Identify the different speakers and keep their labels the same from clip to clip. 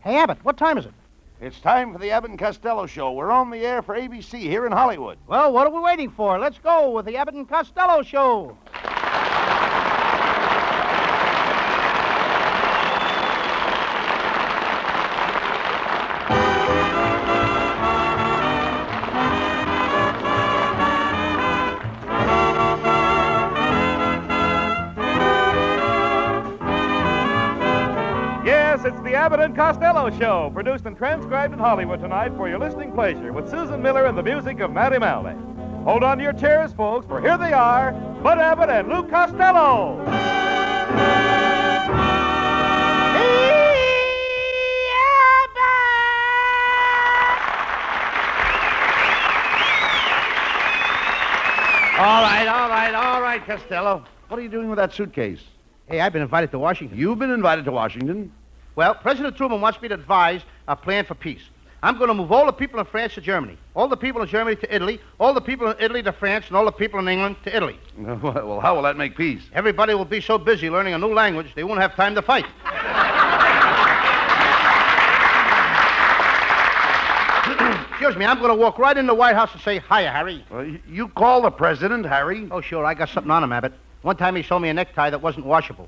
Speaker 1: Hey, Abbott, what time is it?
Speaker 2: It's time for the Abbott and Costello show. We're on the air for ABC here in Hollywood.
Speaker 1: Well, what are we waiting for? Let's go with the Abbott and Costello show.
Speaker 3: Yes, it's the Abbott and Costello Show, produced and transcribed in Hollywood tonight for your listening pleasure with Susan Miller and the music of Matty Malley. Hold on to your chairs, folks, for here they are Bud Abbott and Lou Costello.
Speaker 2: All right, all right, all right, Costello. What are you doing with that suitcase?
Speaker 1: Hey, I've been invited to Washington.
Speaker 2: You've been invited to Washington.
Speaker 1: Well, President Truman wants me to advise a plan for peace. I'm going to move all the people in France to Germany, all the people in Germany to Italy, all the people in Italy to France, and all the people in England to Italy.
Speaker 2: well, how will that make peace?
Speaker 1: Everybody will be so busy learning a new language, they won't have time to fight. Excuse me, I'm going to walk right in the White House and say, Hiya, Harry.
Speaker 2: Well, y- you call the president, Harry.
Speaker 1: Oh, sure, I got something on him, Abbott. One time he sold me a necktie that wasn't washable.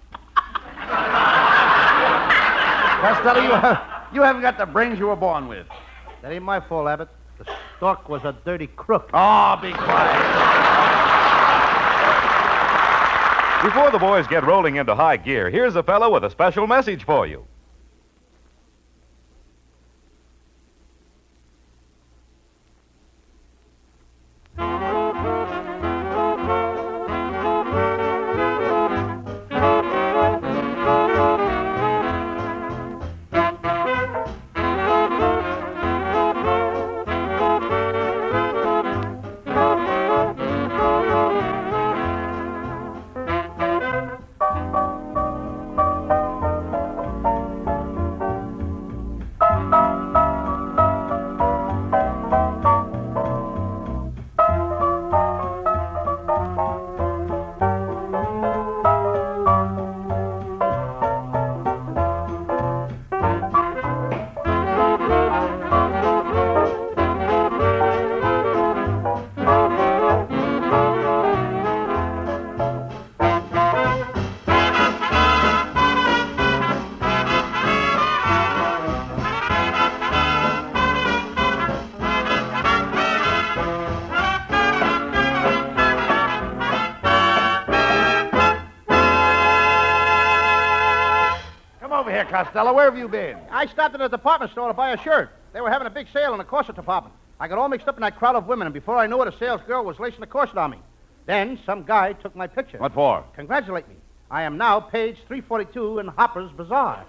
Speaker 2: Costello, you, have, you haven't got the brains you were born with.
Speaker 1: That ain't my fault, Abbott. The stork was a dirty crook.
Speaker 2: Oh, be quiet.
Speaker 3: Before the boys get rolling into high gear, here's a fellow with a special message for you.
Speaker 2: Come over here, Costello. Where have you been?
Speaker 1: I stopped at a department store to buy a shirt. They were having a big sale in the corset department. I got all mixed up in that crowd of women, and before I knew it, a sales girl was lacing the corset on me. Then some guy took my picture.
Speaker 2: What for?
Speaker 1: Congratulate me. I am now page 342 in Hopper's Bazaar.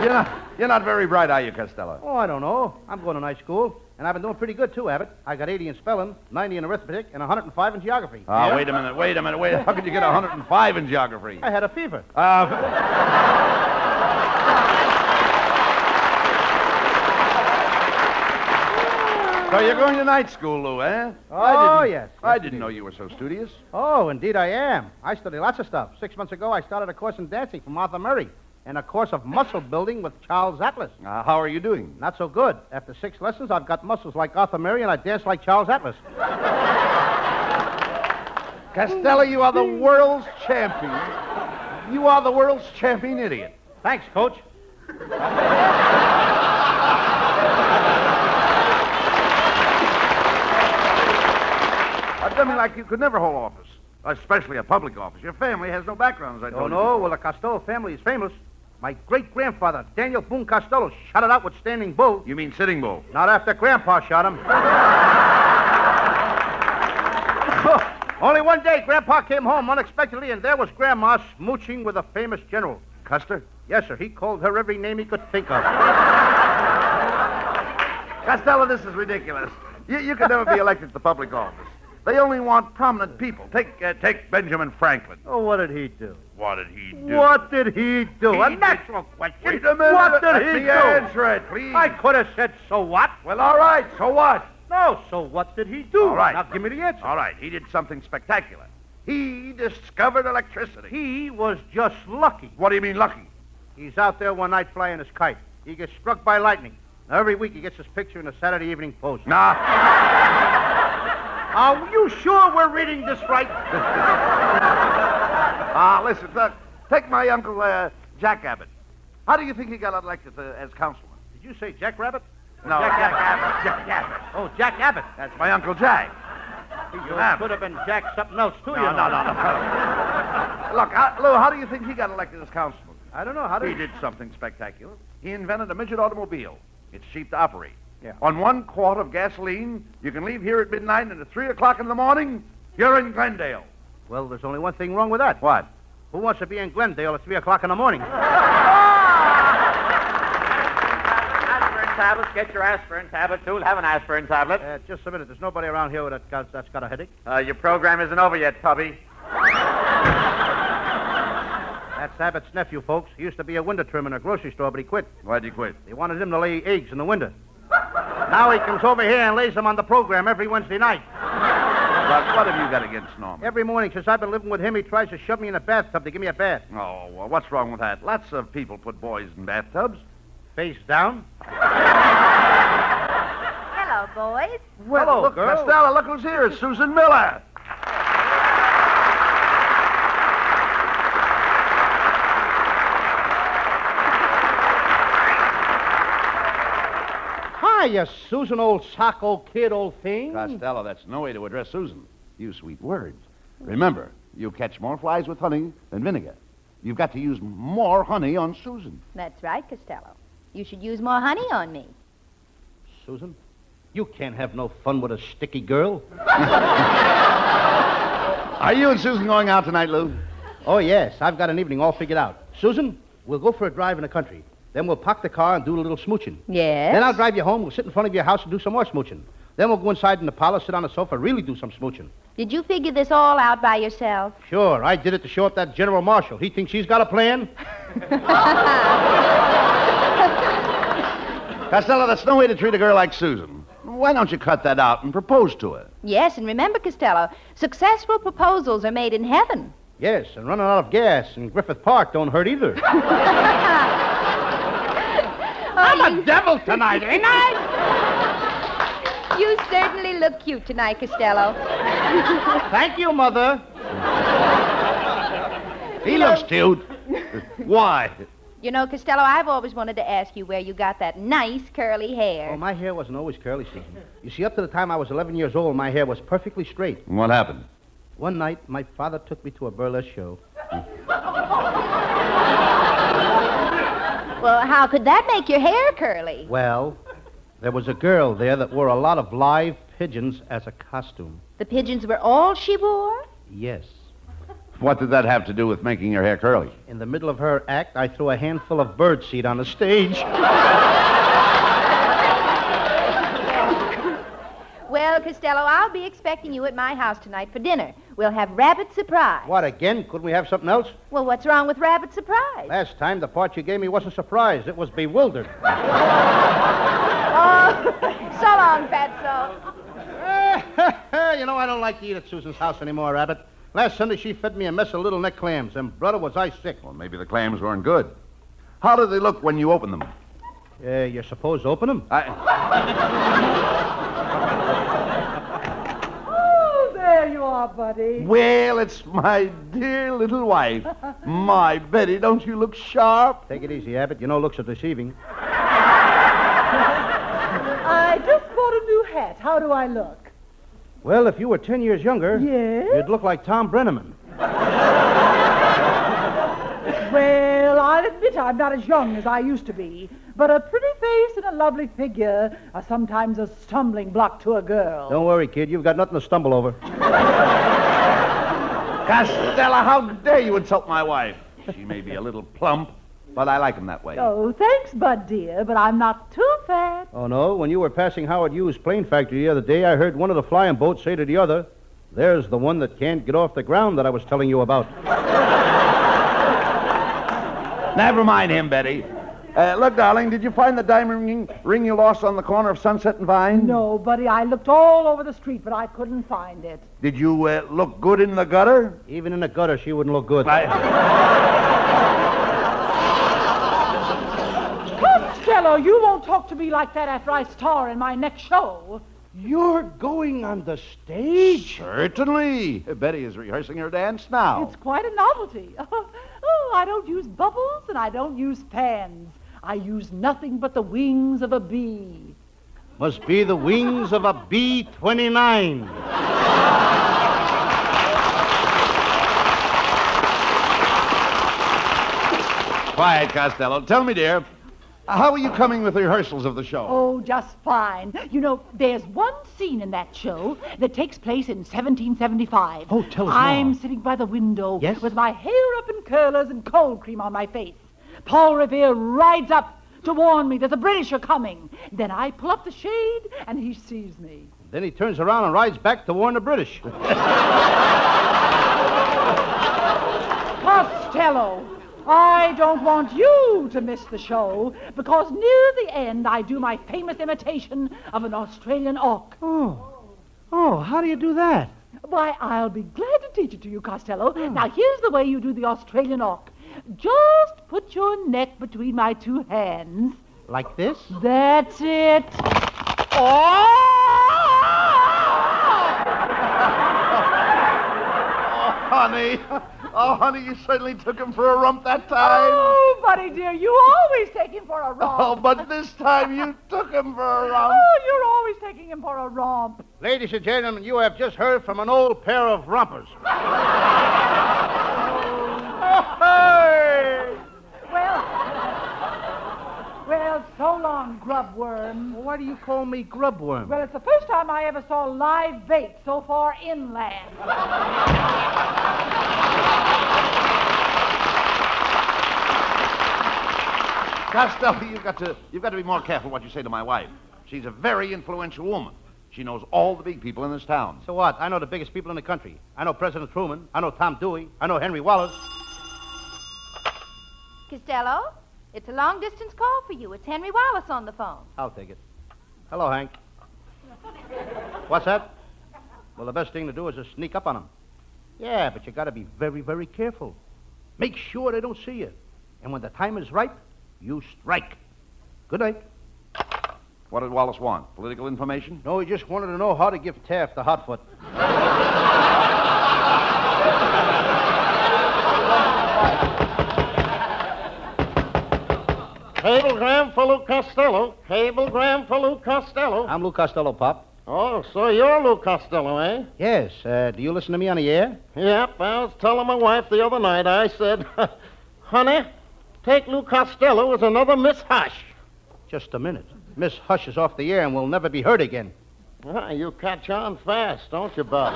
Speaker 2: You're not, you're not very bright, are you, Costello?
Speaker 1: Oh, I don't know. I'm going to night school, and I've been doing pretty good, too, Abbott. I got 80 in spelling, 90 in arithmetic, and 105 in geography.
Speaker 2: Ah, wait a minute, wait a minute, wait. How could you get 105 in geography?
Speaker 1: I had a fever.
Speaker 2: Uh, so you're going to night school, Lou, eh?
Speaker 1: Oh, yes.
Speaker 2: I didn't know you were so studious.
Speaker 1: Oh, indeed I am. I study lots of stuff. Six months ago, I started a course in dancing from Arthur Murray and a course of muscle building with Charles Atlas.
Speaker 2: Uh, how are you doing?
Speaker 1: Not so good. After six lessons, I've got muscles like Arthur Murray and I dance like Charles Atlas.
Speaker 2: Costello, you are the world's champion. You are the world's champion idiot.
Speaker 1: Thanks, Coach.
Speaker 2: I mean, like you could never hold office, especially a public office. Your family has no background, as I
Speaker 1: Oh,
Speaker 2: told
Speaker 1: no?
Speaker 2: you.
Speaker 1: Well, the Costello family is famous. My great grandfather, Daniel Boone Costello, shot it out with Standing Bull.
Speaker 2: You mean Sitting Bull?
Speaker 1: Not after Grandpa shot him. Only one day, Grandpa came home unexpectedly, and there was Grandma smooching with a famous general.
Speaker 2: Custer?
Speaker 1: Yes, sir. He called her every name he could think of.
Speaker 2: Costello, this is ridiculous. You, you could never be elected to the public office. They only want prominent people. Take, uh, take Benjamin Franklin.
Speaker 1: Oh, what did he do?
Speaker 2: What did he do?
Speaker 1: What did he do?
Speaker 2: He
Speaker 1: a
Speaker 2: did-
Speaker 1: natural question.
Speaker 2: Wait a minute.
Speaker 1: What did
Speaker 2: Let
Speaker 1: he
Speaker 2: me
Speaker 1: do?
Speaker 2: answer it, please.
Speaker 1: I could have said, so what?
Speaker 2: Well, all right. So what?
Speaker 1: No, so what did he do?
Speaker 2: All right.
Speaker 1: Now give me the answer.
Speaker 2: All right. He did something spectacular. He discovered electricity.
Speaker 1: He was just lucky.
Speaker 2: What do you mean, lucky?
Speaker 1: He's out there one night flying his kite. He gets struck by lightning. Every week he gets his picture in the Saturday Evening Post.
Speaker 4: Nah.
Speaker 1: Are you sure we're reading this right?
Speaker 4: Ah, listen, look. Take my uncle uh, Jack Abbott. How do you think he got elected uh, as councilman?
Speaker 1: Did you say Jack Rabbit?
Speaker 4: No,
Speaker 1: Jack Abbott.
Speaker 4: Abbott. Jack Abbott.
Speaker 1: Oh, Jack Abbott.
Speaker 4: That's my uncle Jack.
Speaker 1: You
Speaker 4: Abbott.
Speaker 1: could have been Jack something else, too. you
Speaker 4: No, no,
Speaker 1: know.
Speaker 4: no, no. Look, uh, Lou, how do you think he got elected as councilman?
Speaker 1: I don't know. How did
Speaker 4: He did something spectacular. He invented a midget automobile. It's cheap to operate.
Speaker 1: Yeah.
Speaker 4: On one quart of gasoline, you can leave here at midnight and at 3 o'clock in the morning, you're in Glendale.
Speaker 1: Well, there's only one thing wrong with that.
Speaker 4: What?
Speaker 1: Who wants to be in Glendale at 3 o'clock in the morning? Uh,
Speaker 2: Aspirin tablets. Get your aspirin tablet, too. Have an aspirin tablet.
Speaker 1: Uh, just a minute. There's nobody around here with that got, that's got a headache.
Speaker 2: Uh, your program isn't over yet, Tubby.
Speaker 1: That's Abbott's nephew, folks. He used to be a window trimmer in a grocery store, but he quit.
Speaker 4: Why'd you quit?
Speaker 1: They wanted him to lay eggs in the window. now he comes over here and lays them on the program every Wednesday night.
Speaker 4: Well, what have you got against Norman?
Speaker 1: Every morning since I've been living with him, he tries to shove me in a bathtub to give me a bath.
Speaker 4: Oh, well, what's wrong with that? Lots of people put boys in bathtubs.
Speaker 1: Face down.
Speaker 5: Hello, boys.
Speaker 4: Well,
Speaker 1: Hello,
Speaker 4: look,
Speaker 1: girl.
Speaker 4: Costello, look who's here. It's Susan Miller.
Speaker 1: Hi, you Susan, old sock, old kid, old thing.
Speaker 4: Costello, that's no way to address Susan. You sweet words. Remember, you catch more flies with honey than vinegar. You've got to use more honey on Susan.
Speaker 5: That's right, Costello. You should use more honey on me.
Speaker 1: Susan, you can't have no fun with a sticky girl.
Speaker 4: Are you and Susan going out tonight, Lou?
Speaker 1: Oh, yes. I've got an evening all figured out. Susan, we'll go for a drive in the country. Then we'll park the car and do a little smooching.
Speaker 5: Yes.
Speaker 1: Then I'll drive you home. We'll sit in front of your house and do some more smooching. Then we'll go inside in the parlor, sit on the sofa, really do some smooching.
Speaker 5: Did you figure this all out by yourself?
Speaker 1: Sure, I did it to show up that General Marshall. He thinks he's got a plan.
Speaker 4: Costello, that's no way to treat a girl like Susan. Why don't you cut that out and propose to her?
Speaker 5: Yes, and remember, Costello, successful proposals are made in heaven.
Speaker 1: Yes, and running out of gas in Griffith Park don't hurt either.
Speaker 5: Oh,
Speaker 1: devil tonight, ain't I?
Speaker 5: you, you certainly look cute tonight, Costello.
Speaker 1: Thank you, Mother.
Speaker 4: He looks cute. Why?
Speaker 5: You know, Costello, I've always wanted to ask you where you got that nice curly hair.
Speaker 1: Oh, my hair wasn't always curly, Susan. You see, up to the time I was 11 years old, my hair was perfectly straight.
Speaker 4: What happened?
Speaker 1: One night, my father took me to a burlesque show.
Speaker 5: Well, how could that make your hair curly?
Speaker 1: Well, there was a girl there that wore a lot of live pigeons as a costume.
Speaker 5: The pigeons were all she wore?
Speaker 1: Yes.
Speaker 4: What did that have to do with making your hair curly?
Speaker 1: In the middle of her act, I threw a handful of birdseed on the stage.
Speaker 5: Well, Costello, I'll be expecting you at my house tonight for dinner. We'll have rabbit surprise.
Speaker 1: What, again? Couldn't we have something else?
Speaker 5: Well, what's wrong with rabbit surprise?
Speaker 1: Last time, the part you gave me wasn't surprised. It was bewildered.
Speaker 5: Oh, so long, Fatso.
Speaker 1: you know, I don't like to eat at Susan's house anymore, Abbott. Last Sunday, she fed me a mess of little neck clams, and brother, was I sick.
Speaker 4: Well, maybe the clams weren't good. How do they look when you open them?
Speaker 1: Uh, you're supposed to open them?
Speaker 4: I...
Speaker 6: Oh, there you are, buddy.
Speaker 4: Well, it's my dear little wife. My Betty, don't you look sharp?
Speaker 1: Take it easy, Abbott. You know looks are deceiving.
Speaker 6: I just bought a new hat. How do I look?
Speaker 1: Well, if you were 10 years younger,
Speaker 6: Yes?
Speaker 1: you'd look like Tom Brenneman.
Speaker 6: Well, I'll admit I'm not as young as I used to be, but a pretty face and a lovely figure are sometimes a stumbling block to a girl.
Speaker 1: Don't worry, kid. You've got nothing to stumble over.
Speaker 4: Costello, how dare you insult my wife? She may be a little plump, but I like 'em that way.
Speaker 6: Oh, thanks, Bud, dear, but I'm not too fat.
Speaker 1: Oh, no. When you were passing Howard Hughes' plane factory the other day, I heard one of the flying boats say to the other, There's the one that can't get off the ground that I was telling you about.
Speaker 4: Never mind him, Betty. Uh, look, darling, did you find the diamond ring, ring you lost on the corner of Sunset and Vine?
Speaker 6: No, buddy, I looked all over the street, but I couldn't find it.
Speaker 4: Did you uh, look good in the gutter?
Speaker 1: Even in the gutter, she wouldn't look good.
Speaker 4: I...
Speaker 6: Costello, you won't talk to me like that after I star in my next show.
Speaker 7: You're going on the stage?
Speaker 2: Certainly. Betty is rehearsing her dance now.
Speaker 6: It's quite a novelty. oh, I don't use bubbles and I don't use fans. I use nothing but the wings of a bee.
Speaker 7: Must be the wings of a B 29.
Speaker 2: Quiet, Costello. Tell me, dear, how are you coming with rehearsals of the show?
Speaker 6: Oh, just fine. You know, there's one scene in that show that takes place in 1775.
Speaker 7: Oh, tell us more.
Speaker 6: I'm sitting by the window
Speaker 7: Yes?
Speaker 6: with my hair up in curlers and cold cream on my face. Paul Revere rides up to warn me that the British are coming. Then I pull up the shade and he sees me.
Speaker 7: Then he turns around and rides back to warn the British.
Speaker 6: Costello, I don't want you to miss the show because near the end I do my famous imitation of an Australian auk.
Speaker 7: Oh, how do you do that?
Speaker 6: Why, I'll be glad to teach it to you, Costello.
Speaker 7: Hmm.
Speaker 6: Now, here's the way you do the Australian auk. Just put your neck between my two hands.
Speaker 7: Like this?
Speaker 6: That's it.
Speaker 2: Oh, honey. Oh, honey, you certainly took him for a rump that time.
Speaker 6: Oh, buddy dear, you always take him for a
Speaker 2: Oh,
Speaker 6: romp.
Speaker 2: but this time you took him for a rump.
Speaker 6: Oh, you're always taking him for a romp.
Speaker 1: Ladies and gentlemen, you have just heard from an old pair of rompers.
Speaker 2: Oh,
Speaker 6: Well, well, so long, grub worm.
Speaker 7: Why do you call me grubworm?
Speaker 6: Well, it's the first time I ever saw live bait so far inland.
Speaker 2: Costello, you've got to you've got to be more careful what you say to my wife. She's a very influential woman. She knows all the big people in this town.
Speaker 1: So what? I know the biggest people in the country. I know President Truman. I know Tom Dewey. I know Henry Wallace.
Speaker 8: Costello, it's a long distance call for you. It's Henry Wallace on the phone.
Speaker 1: I'll take it. Hello, Hank. What's that? Well, the best thing to do is to sneak up on them. Yeah, but you got to be very, very careful. Make sure they don't see you. And when the time is right, you strike. Good night.
Speaker 2: What did Wallace want? Political information?
Speaker 1: No, he just wanted to know how to give Taft the hot foot.
Speaker 7: Cablegram for Lou Costello. Cablegram for Lou Costello.
Speaker 1: I'm Lou Costello, Pop.
Speaker 7: Oh, so you're Lou Costello, eh?
Speaker 1: Yes, uh, do you listen to me on the air?
Speaker 7: Yep, I was telling my wife the other night, I said, honey, take Lou Costello as another Miss Hush.
Speaker 1: Just a minute. Miss Hush is off the air and will never be heard again.
Speaker 7: Ah, you catch on fast, don't you, Bob?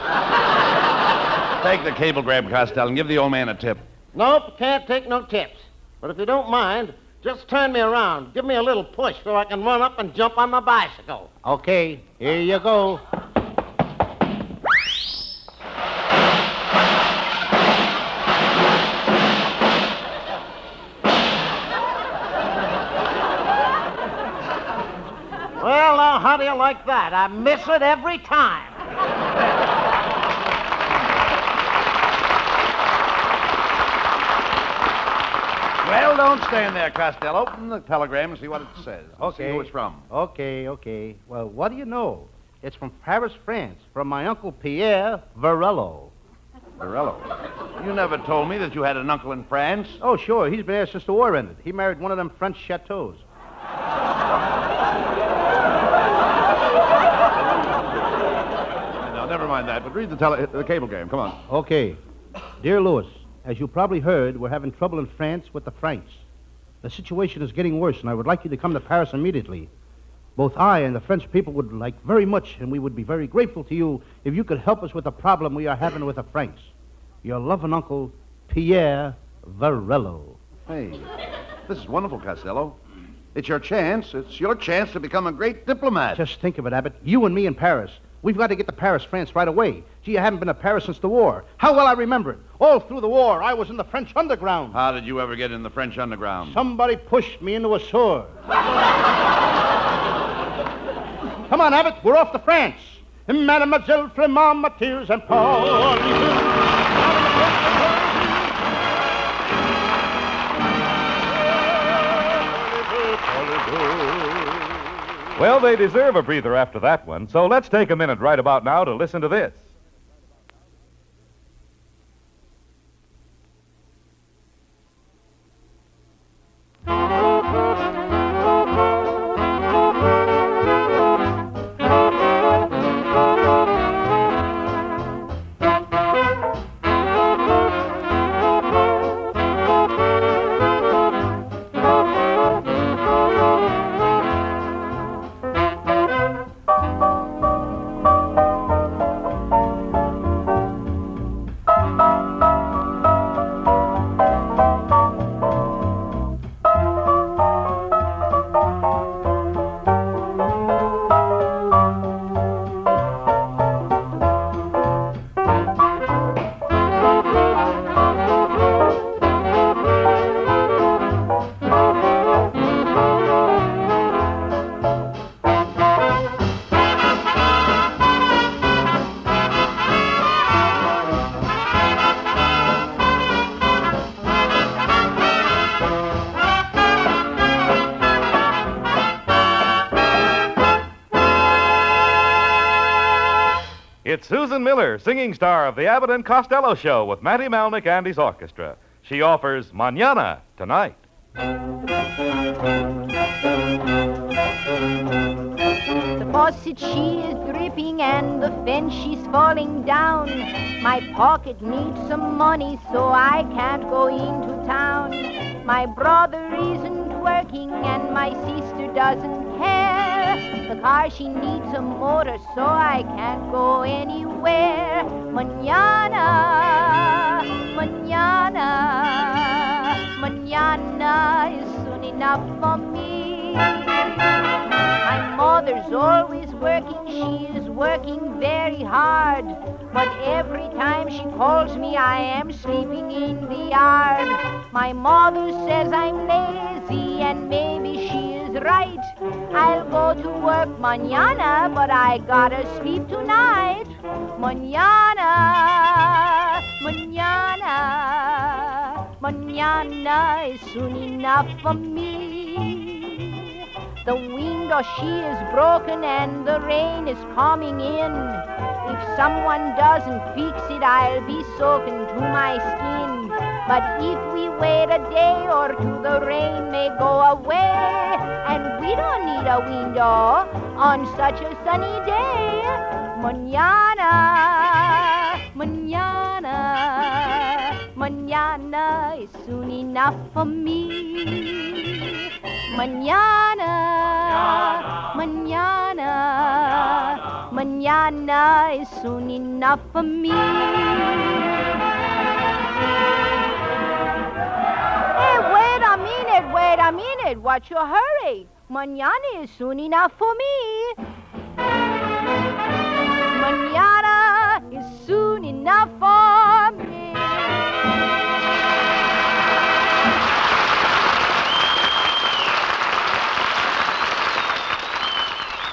Speaker 2: Take the cablegram, Costello, and give the old man a tip.
Speaker 7: nope, can't take no tips. But if you don't mind, just turn me around. Give me a little push so I can run up and jump on my bicycle.
Speaker 1: Okay, here you go.
Speaker 7: Well, now, how do you like that? I miss it every time.
Speaker 2: Well, don't stand there, Costello. Open the telegram and see what it says.
Speaker 1: Okay.
Speaker 2: See who it's from.
Speaker 1: Okay, okay. Well, what do you know? It's from Paris, France, from my uncle Pierre Varello.
Speaker 2: Morello. You never told me that you had an uncle in France.
Speaker 1: Oh, sure, he's been there since the war ended. He married one of them French chateaus.
Speaker 2: No, never mind that, but read the, tele- the cablegram. Come on.
Speaker 1: Okay. Dear Louis, as you probably heard, we're having trouble in France with the Franks. The situation is getting worse, and I would like you to come to Paris immediately. Both I and the French people would like very much, and we would be very grateful to you if you could help us with the problem we are having with the Franks. Your loving uncle, Pierre Varello.
Speaker 2: Hey, this is wonderful, Costello. It's your chance. It's your chance to become a great diplomat.
Speaker 1: Just think of it, Abbott. You and me in Paris. We've got to get to Paris, France, right away. Gee, I haven't been to Paris since the war. How will I remember it? All through the war, I was in the French underground.
Speaker 2: How did you ever get in the French underground?
Speaker 1: Somebody pushed me into a sewer. Come on, Abbott. We're off to France. Mademoiselle Fremont, Matthias, and Paul.
Speaker 3: Well, they deserve a breather after that one, so let's take a minute right about now to listen to this. It's Susan Miller, singing star of the Abbott and Costello Show with Matty Malnick and his orchestra. She offers Manana tonight.
Speaker 8: The faucet she is dripping and the fence she's falling down. My pocket needs some money so I can't go into town. My brother isn't working and my sister doesn't care. The car she needs a motor so I can't go anywhere. Manana, manana, manana is soon enough for me. My mother's always working, she is working very hard. But every time she calls me, I am sleeping in the yard. My mother says I'm lazy, and maybe she is right. I'll go to work manana, but I gotta sleep tonight. Manana, manana, manana is soon enough for me. The window she is broken and the rain is coming in. If someone doesn't fix it, I'll be soaking to my skin. But if we wait a day or two, the rain may go away. And we don't need a window on such a sunny day. Manana, manana, manana is soon enough for me. Manana, manana, manana is soon enough for me. Hey, wait a minute, wait a minute. What's your hurry? Manana is soon enough for me. Manana is soon enough for me.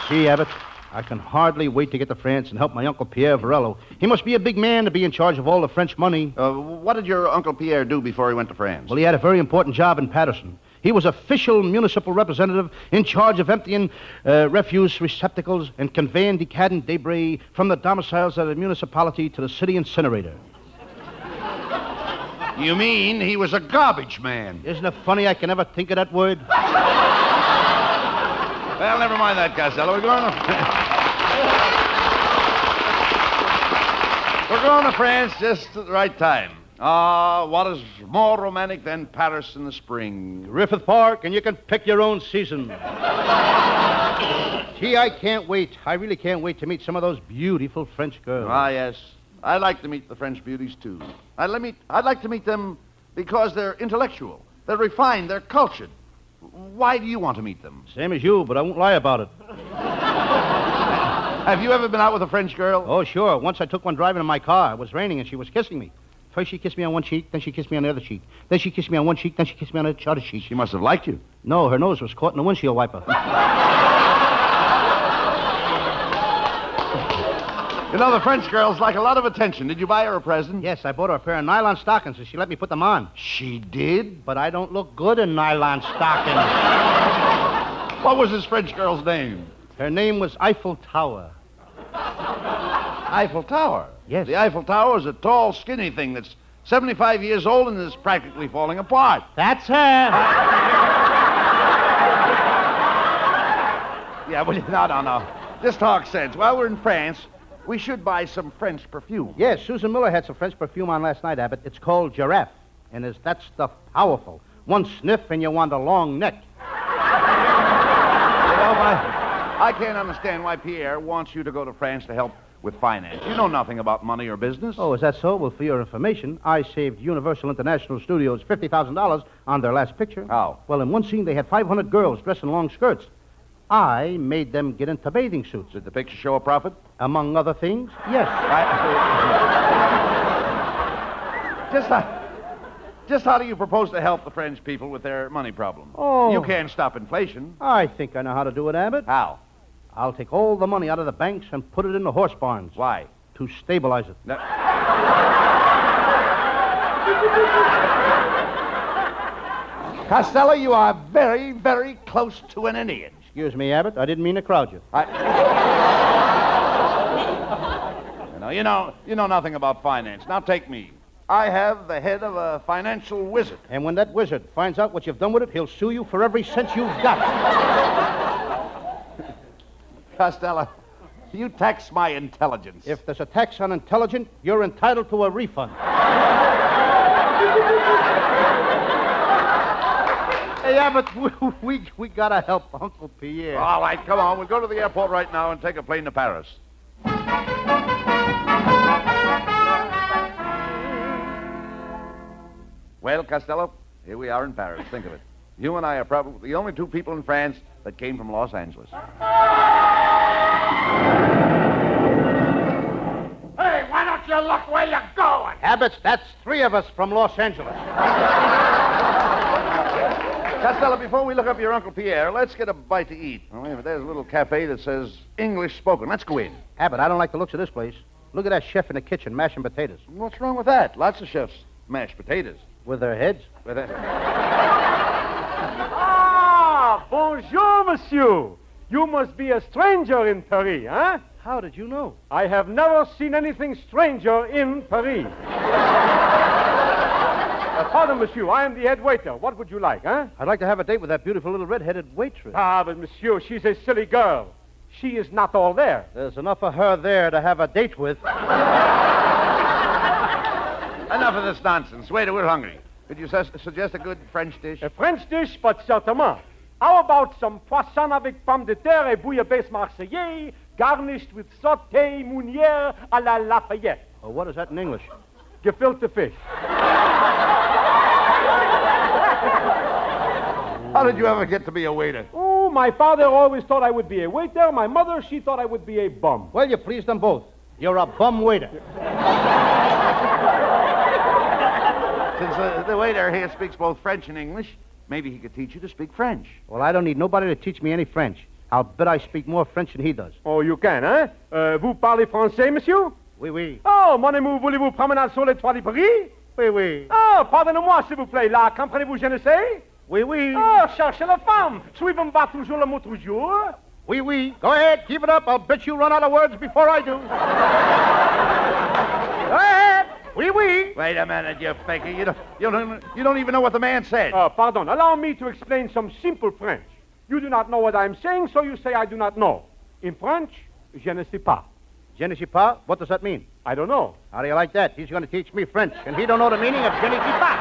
Speaker 1: Gee, Abbott, I can hardly wait to get to France and help my Uncle Pierre Varello. He must be a big man to be in charge of all the French money.
Speaker 2: Uh, what did your Uncle Pierre do before he went to France?
Speaker 1: Well, he had a very important job in Patterson. He was official municipal representative in charge of emptying uh, refuse receptacles and conveying decadent debris from the domiciles of the municipality to the city incinerator.
Speaker 2: You mean he was a garbage man?
Speaker 1: Isn't it funny I can never think of that word?
Speaker 2: Well, never mind that, Costello. We're going to. We're going to France just at the right time. Ah, what is more romantic than Paris in the spring?
Speaker 1: Griffith Park, and you can pick your own season. Gee, I can't wait. I really can't wait to meet some of those beautiful French girls.
Speaker 2: Ah, yes. I'd like to meet the French beauties, too. I'd, let me, I'd like to meet them because they're intellectual, they're refined, they're cultured. Why do you want to meet them?
Speaker 1: Same as you, but I won't lie about it.
Speaker 2: Have you ever been out with a French girl?
Speaker 1: Oh, sure. Once I took one driving in my car. It was raining, and she was kissing me. First she kissed me on one cheek, then she kissed me on the other cheek. Then she kissed me on one cheek, then she kissed me on the other cheek.
Speaker 2: She must have liked you.
Speaker 1: No, her nose was caught in the windshield wiper.
Speaker 2: You know, the French girls like a lot of attention. Did you buy her a present?
Speaker 1: yes, I bought her a pair of nylon stockings, and she let me put them on.
Speaker 2: She did?
Speaker 1: But I don't look good in nylon stockings.
Speaker 2: What was this French girl's name?
Speaker 1: Her name was Eiffel Tower.
Speaker 2: Eiffel Tower.
Speaker 1: Yes.
Speaker 2: The Eiffel Tower is a tall, skinny thing that's 75 years old and is practically falling apart.
Speaker 9: That's her.
Speaker 2: Yeah, well, no, no, no. This talks sense. While we're in France, we should buy some French perfume.
Speaker 1: Yes, Susan Miller had some French perfume on last night, Abbott. It's called Giraffe, and is that stuff powerful. One sniff and you want a long neck.
Speaker 2: You know, I, I can't understand why Pierre wants you to go to France to help with finance. You know nothing about money or business.
Speaker 1: Oh, is that so? Well, for your information, I saved Universal International Studios $50,000 on their last picture.
Speaker 2: How?
Speaker 1: Well, in one scene, they had 500 girls dressed in long skirts. I made them get into bathing suits.
Speaker 2: Did the picture show a profit?
Speaker 1: Among other things, yes.
Speaker 2: I- just how, just how do you propose to help the French people with their money problem?
Speaker 1: Oh.
Speaker 2: You can't stop inflation.
Speaker 1: I think I know how to do it, Abbott.
Speaker 2: How?
Speaker 1: I'll take all the money out of the banks and put it in the horse barns
Speaker 2: Why?
Speaker 1: to stabilize it.
Speaker 2: No- Costello, you are very, very close to an idiot.
Speaker 1: Excuse me, Abbott. I didn't mean to crowd you.
Speaker 2: You know, you know, you know nothing about finance. Now take me. I have the head of a financial wizard.
Speaker 1: And when that wizard finds out what you've done with it, he'll sue you for every cent you've got.
Speaker 2: Costello, you tax my intelligence.
Speaker 1: if there's a tax on intelligent, you're entitled to a refund. hey, Abbott, we, we, we gotta help Uncle Pierre.
Speaker 2: All right, come on. We'll go to the airport right now and take a plane to Paris. Well, Costello, here we are in Paris. Think of it. You and I are probably the only two people in France that came from Los Angeles.
Speaker 10: Hey, why don't you look where you're going?
Speaker 1: Abbott, that's three of us from Los Angeles.
Speaker 2: Costello, before we look up your Uncle Pierre, let's get a bite to eat. Oh, wait a minute. There's a little cafe that says English spoken. Let's go in.
Speaker 1: Abbott, I don't like the looks of this place. Look at that chef in the kitchen mashing potatoes
Speaker 2: What's wrong with that? Lots of chefs mash potatoes.
Speaker 1: with their heads.
Speaker 2: With that-
Speaker 4: Ah, bonjour, monsieur. You must be a stranger in Paris, huh?
Speaker 1: How did you know?
Speaker 4: I have never seen anything stranger in Paris. Uh, pardon, monsieur, I am the head waiter. What would you like, huh?
Speaker 1: I'd like to have a date with that beautiful little red-headed waitress.
Speaker 4: Ah, but monsieur, she's a silly girl. She is not all there.
Speaker 1: There's enough of her there to have a date with.
Speaker 2: Enough of this nonsense. Waiter, we're hungry. Could you sus- suggest a good French dish?
Speaker 4: A French dish, but certainement. How about some poisson avec pommes de terre et bouillabaisse marseillaise, garnished with sauté mounière à la Lafayette?
Speaker 1: Oh, what is that in English?
Speaker 4: Gefilte fish.
Speaker 2: How did you ever get to be a waiter?
Speaker 4: Oh, my father always thought I would be a waiter. My mother, she thought I would be a bum.
Speaker 1: Well, you pleased them both. You're a bum waiter.
Speaker 2: Since uh, the waiter here speaks both French and English, maybe he could teach you to speak French.
Speaker 1: Well, I don't need nobody to teach me any French. I'll bet I speak more French than he does.
Speaker 4: Oh, you can, huh? Uh, vous parlez français, monsieur?
Speaker 1: Oui, oui.
Speaker 4: Oh, mon ami, voulez-vous promener sur les toits de Paris?
Speaker 1: Oui, oui.
Speaker 4: Oh, pardonnez-moi, s'il vous plaît. Là, comprenez-vous, je ne sais?
Speaker 1: Oui, oui.
Speaker 4: Oh, cherchez la femme. Suivez-moi toujours le mot toujours.
Speaker 1: Oui, oui. Go ahead. Keep it up. I'll bet you run out of words before I do. Go ahead. Oui, oui.
Speaker 2: Wait a minute, you faker. You don't, you don't, you don't even know what the man said.
Speaker 4: Uh, pardon, allow me to explain some simple French. You do not know what I'm saying, so you say I do not know. In French, je ne sais pas.
Speaker 1: Je ne sais pas. What does that mean?
Speaker 4: I don't know.
Speaker 1: How do you like that? He's going to teach me French, and he don't know the meaning of je ne sais pas.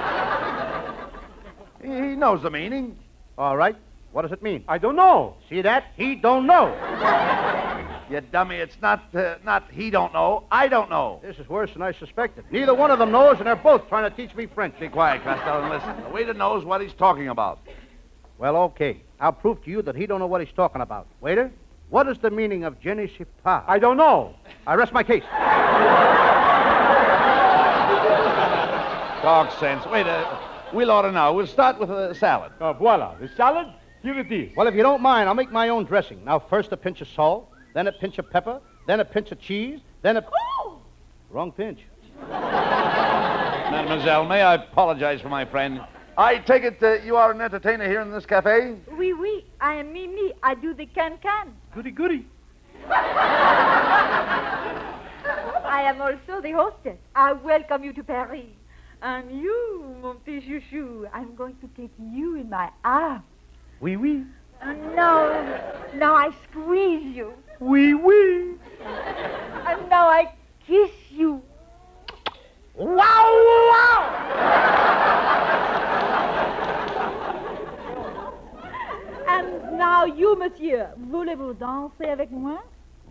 Speaker 2: He, he knows the meaning.
Speaker 1: All right. What does it mean?
Speaker 4: I don't know.
Speaker 1: See that? He don't know.
Speaker 2: You dummy, it's not, uh, not he don't know. I don't know.
Speaker 1: This is worse than I suspected. Neither one of them knows, and they're both trying to teach me French.
Speaker 2: Be quiet, Costello, and listen. The waiter knows what he's talking about.
Speaker 1: Well, okay. I'll prove to you that he don't know what he's talking about. Waiter, what is the meaning of je ne sais pas?
Speaker 4: I don't know.
Speaker 1: I rest my case.
Speaker 2: Dog sense. Waiter, we'll order now. We'll start with a salad.
Speaker 4: Uh, voila, the salad, here it is.
Speaker 1: Well, if you don't mind, I'll make my own dressing. Now, first a pinch of salt, then a pinch of pepper, then a pinch of cheese, then a. Oh! Wrong pinch.
Speaker 2: Mademoiselle, may I apologize for my friend? I take it uh, you are an entertainer here in this cafe?
Speaker 11: Oui, oui. I am Mimi. I do the can can.
Speaker 3: Goody, goody.
Speaker 11: I am also the hostess. I welcome you to Paris. And you, mon petit chouchou, I'm going to take you in my arms.
Speaker 3: Wee wee.
Speaker 11: And now, now I squeeze you.
Speaker 3: Wee wee.
Speaker 11: And now I kiss you.
Speaker 7: Wow, wow!
Speaker 11: And now you, monsieur, voulez-vous danser avec moi?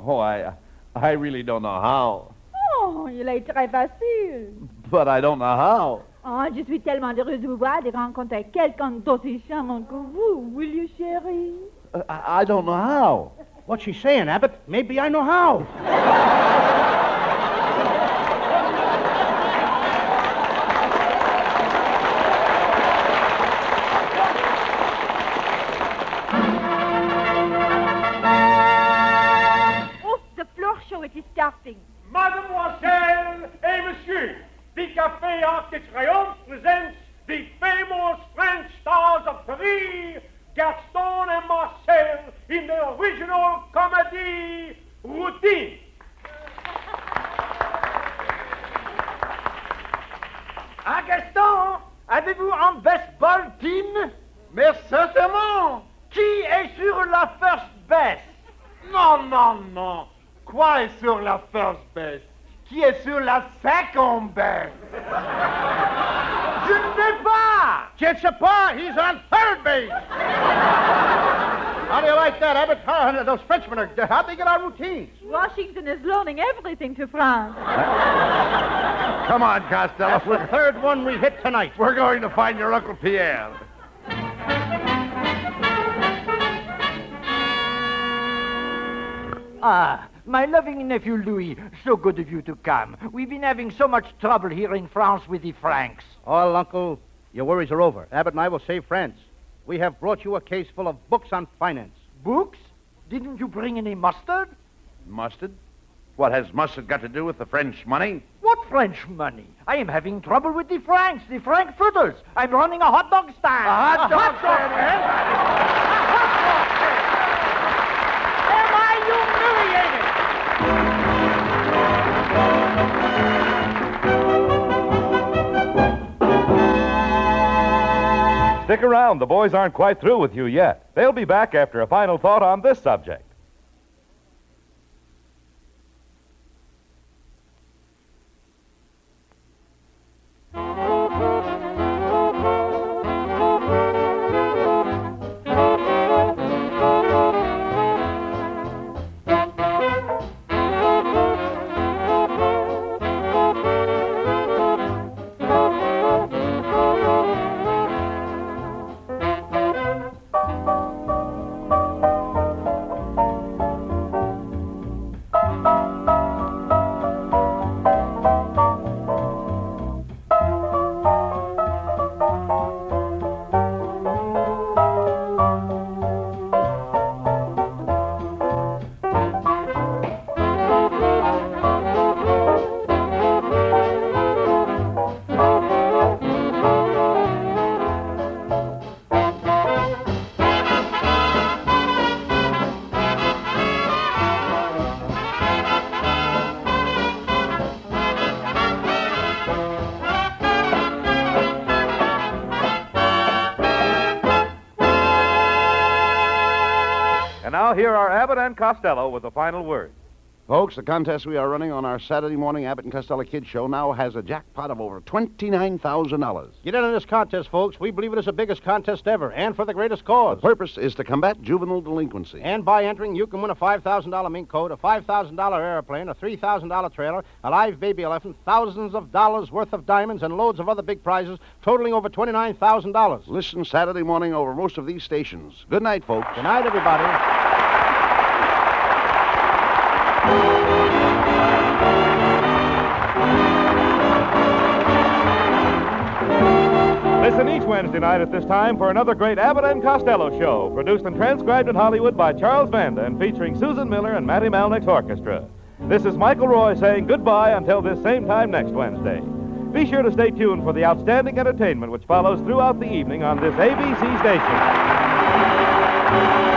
Speaker 2: Oh, I, I really don't know how.
Speaker 11: Oh, il est très facile.
Speaker 2: But I don't know how.
Speaker 11: Oh, je suis tellement heureuse de vous voir, de rencontrer quelqu'un d'aussi charmant que vous, will you, chérie?
Speaker 2: Uh, I, I don't know how.
Speaker 1: What's she saying, Abbott? Maybe I know how.
Speaker 11: Oh, the floor show it is starting.
Speaker 4: Mademoiselle et monsieur, the Café Arc de Triomphe presents the famous French stars of Paris, Gaston and Marcel, in their original comedy routine. Ah, Gaston, avez-vous un baseball team? Mais certainement! Qui est sur la first base? Non, non, non! Quoi est sur la first base? Qui est sur la second base? Je ne sais pas!
Speaker 1: It's a par. He's on third base. How do you like that, Abbott? How- Those Frenchmen are. How'd they get our routines?
Speaker 11: Washington is loaning everything to France.
Speaker 2: Come on, Costello.
Speaker 1: That's the third one we hit tonight.
Speaker 2: We're going to find your Uncle Pierre.
Speaker 12: Ah, my loving nephew Louis, so good of you to come. We've been having so much trouble here in France with the Franks.
Speaker 1: All, Uncle, your worries are over. Abbott and I will save France. We have brought you a case full of books on finance.
Speaker 12: Books? Didn't you bring any mustard?
Speaker 2: Mustard? What has mustard got to do with the French money?
Speaker 12: What French money? I am having trouble with the Franks, the Frankfurters. I'm running a hot dog stand. A
Speaker 2: hot dog
Speaker 12: stand, eh? A hot dog stand. Am I humiliated?
Speaker 3: Stick around. The boys aren't quite through with you yet. They'll be back after a final thought on this subject. And now here are Abbott and Costello with the final word.
Speaker 2: Folks, the contest we are running on our Saturday morning Abbott and Costello Kids Show now has a jackpot of over $29,000.
Speaker 1: Get in on this contest, folks. We believe it is the biggest contest ever, and for the greatest cause.
Speaker 2: The purpose is to combat juvenile delinquency.
Speaker 1: And by entering, you can win a $5,000 mink coat, a $5,000 airplane, a $3,000 trailer, a live baby elephant, thousands of dollars worth of diamonds, and loads of other big prizes totaling over $29,000.
Speaker 2: Listen Saturday morning over most of these stations. Good night, folks.
Speaker 1: Good night, everybody.
Speaker 3: Listen each Wednesday night at this time for another great Abbott and Costello show, produced and transcribed in Hollywood by Charles Vanda and featuring Susan Miller and Matty Malnick's orchestra. This is Michael Roy saying goodbye until this same time next Wednesday. Be sure to stay tuned for the outstanding entertainment which follows throughout the evening on this ABC station.
Speaker 13: Paris.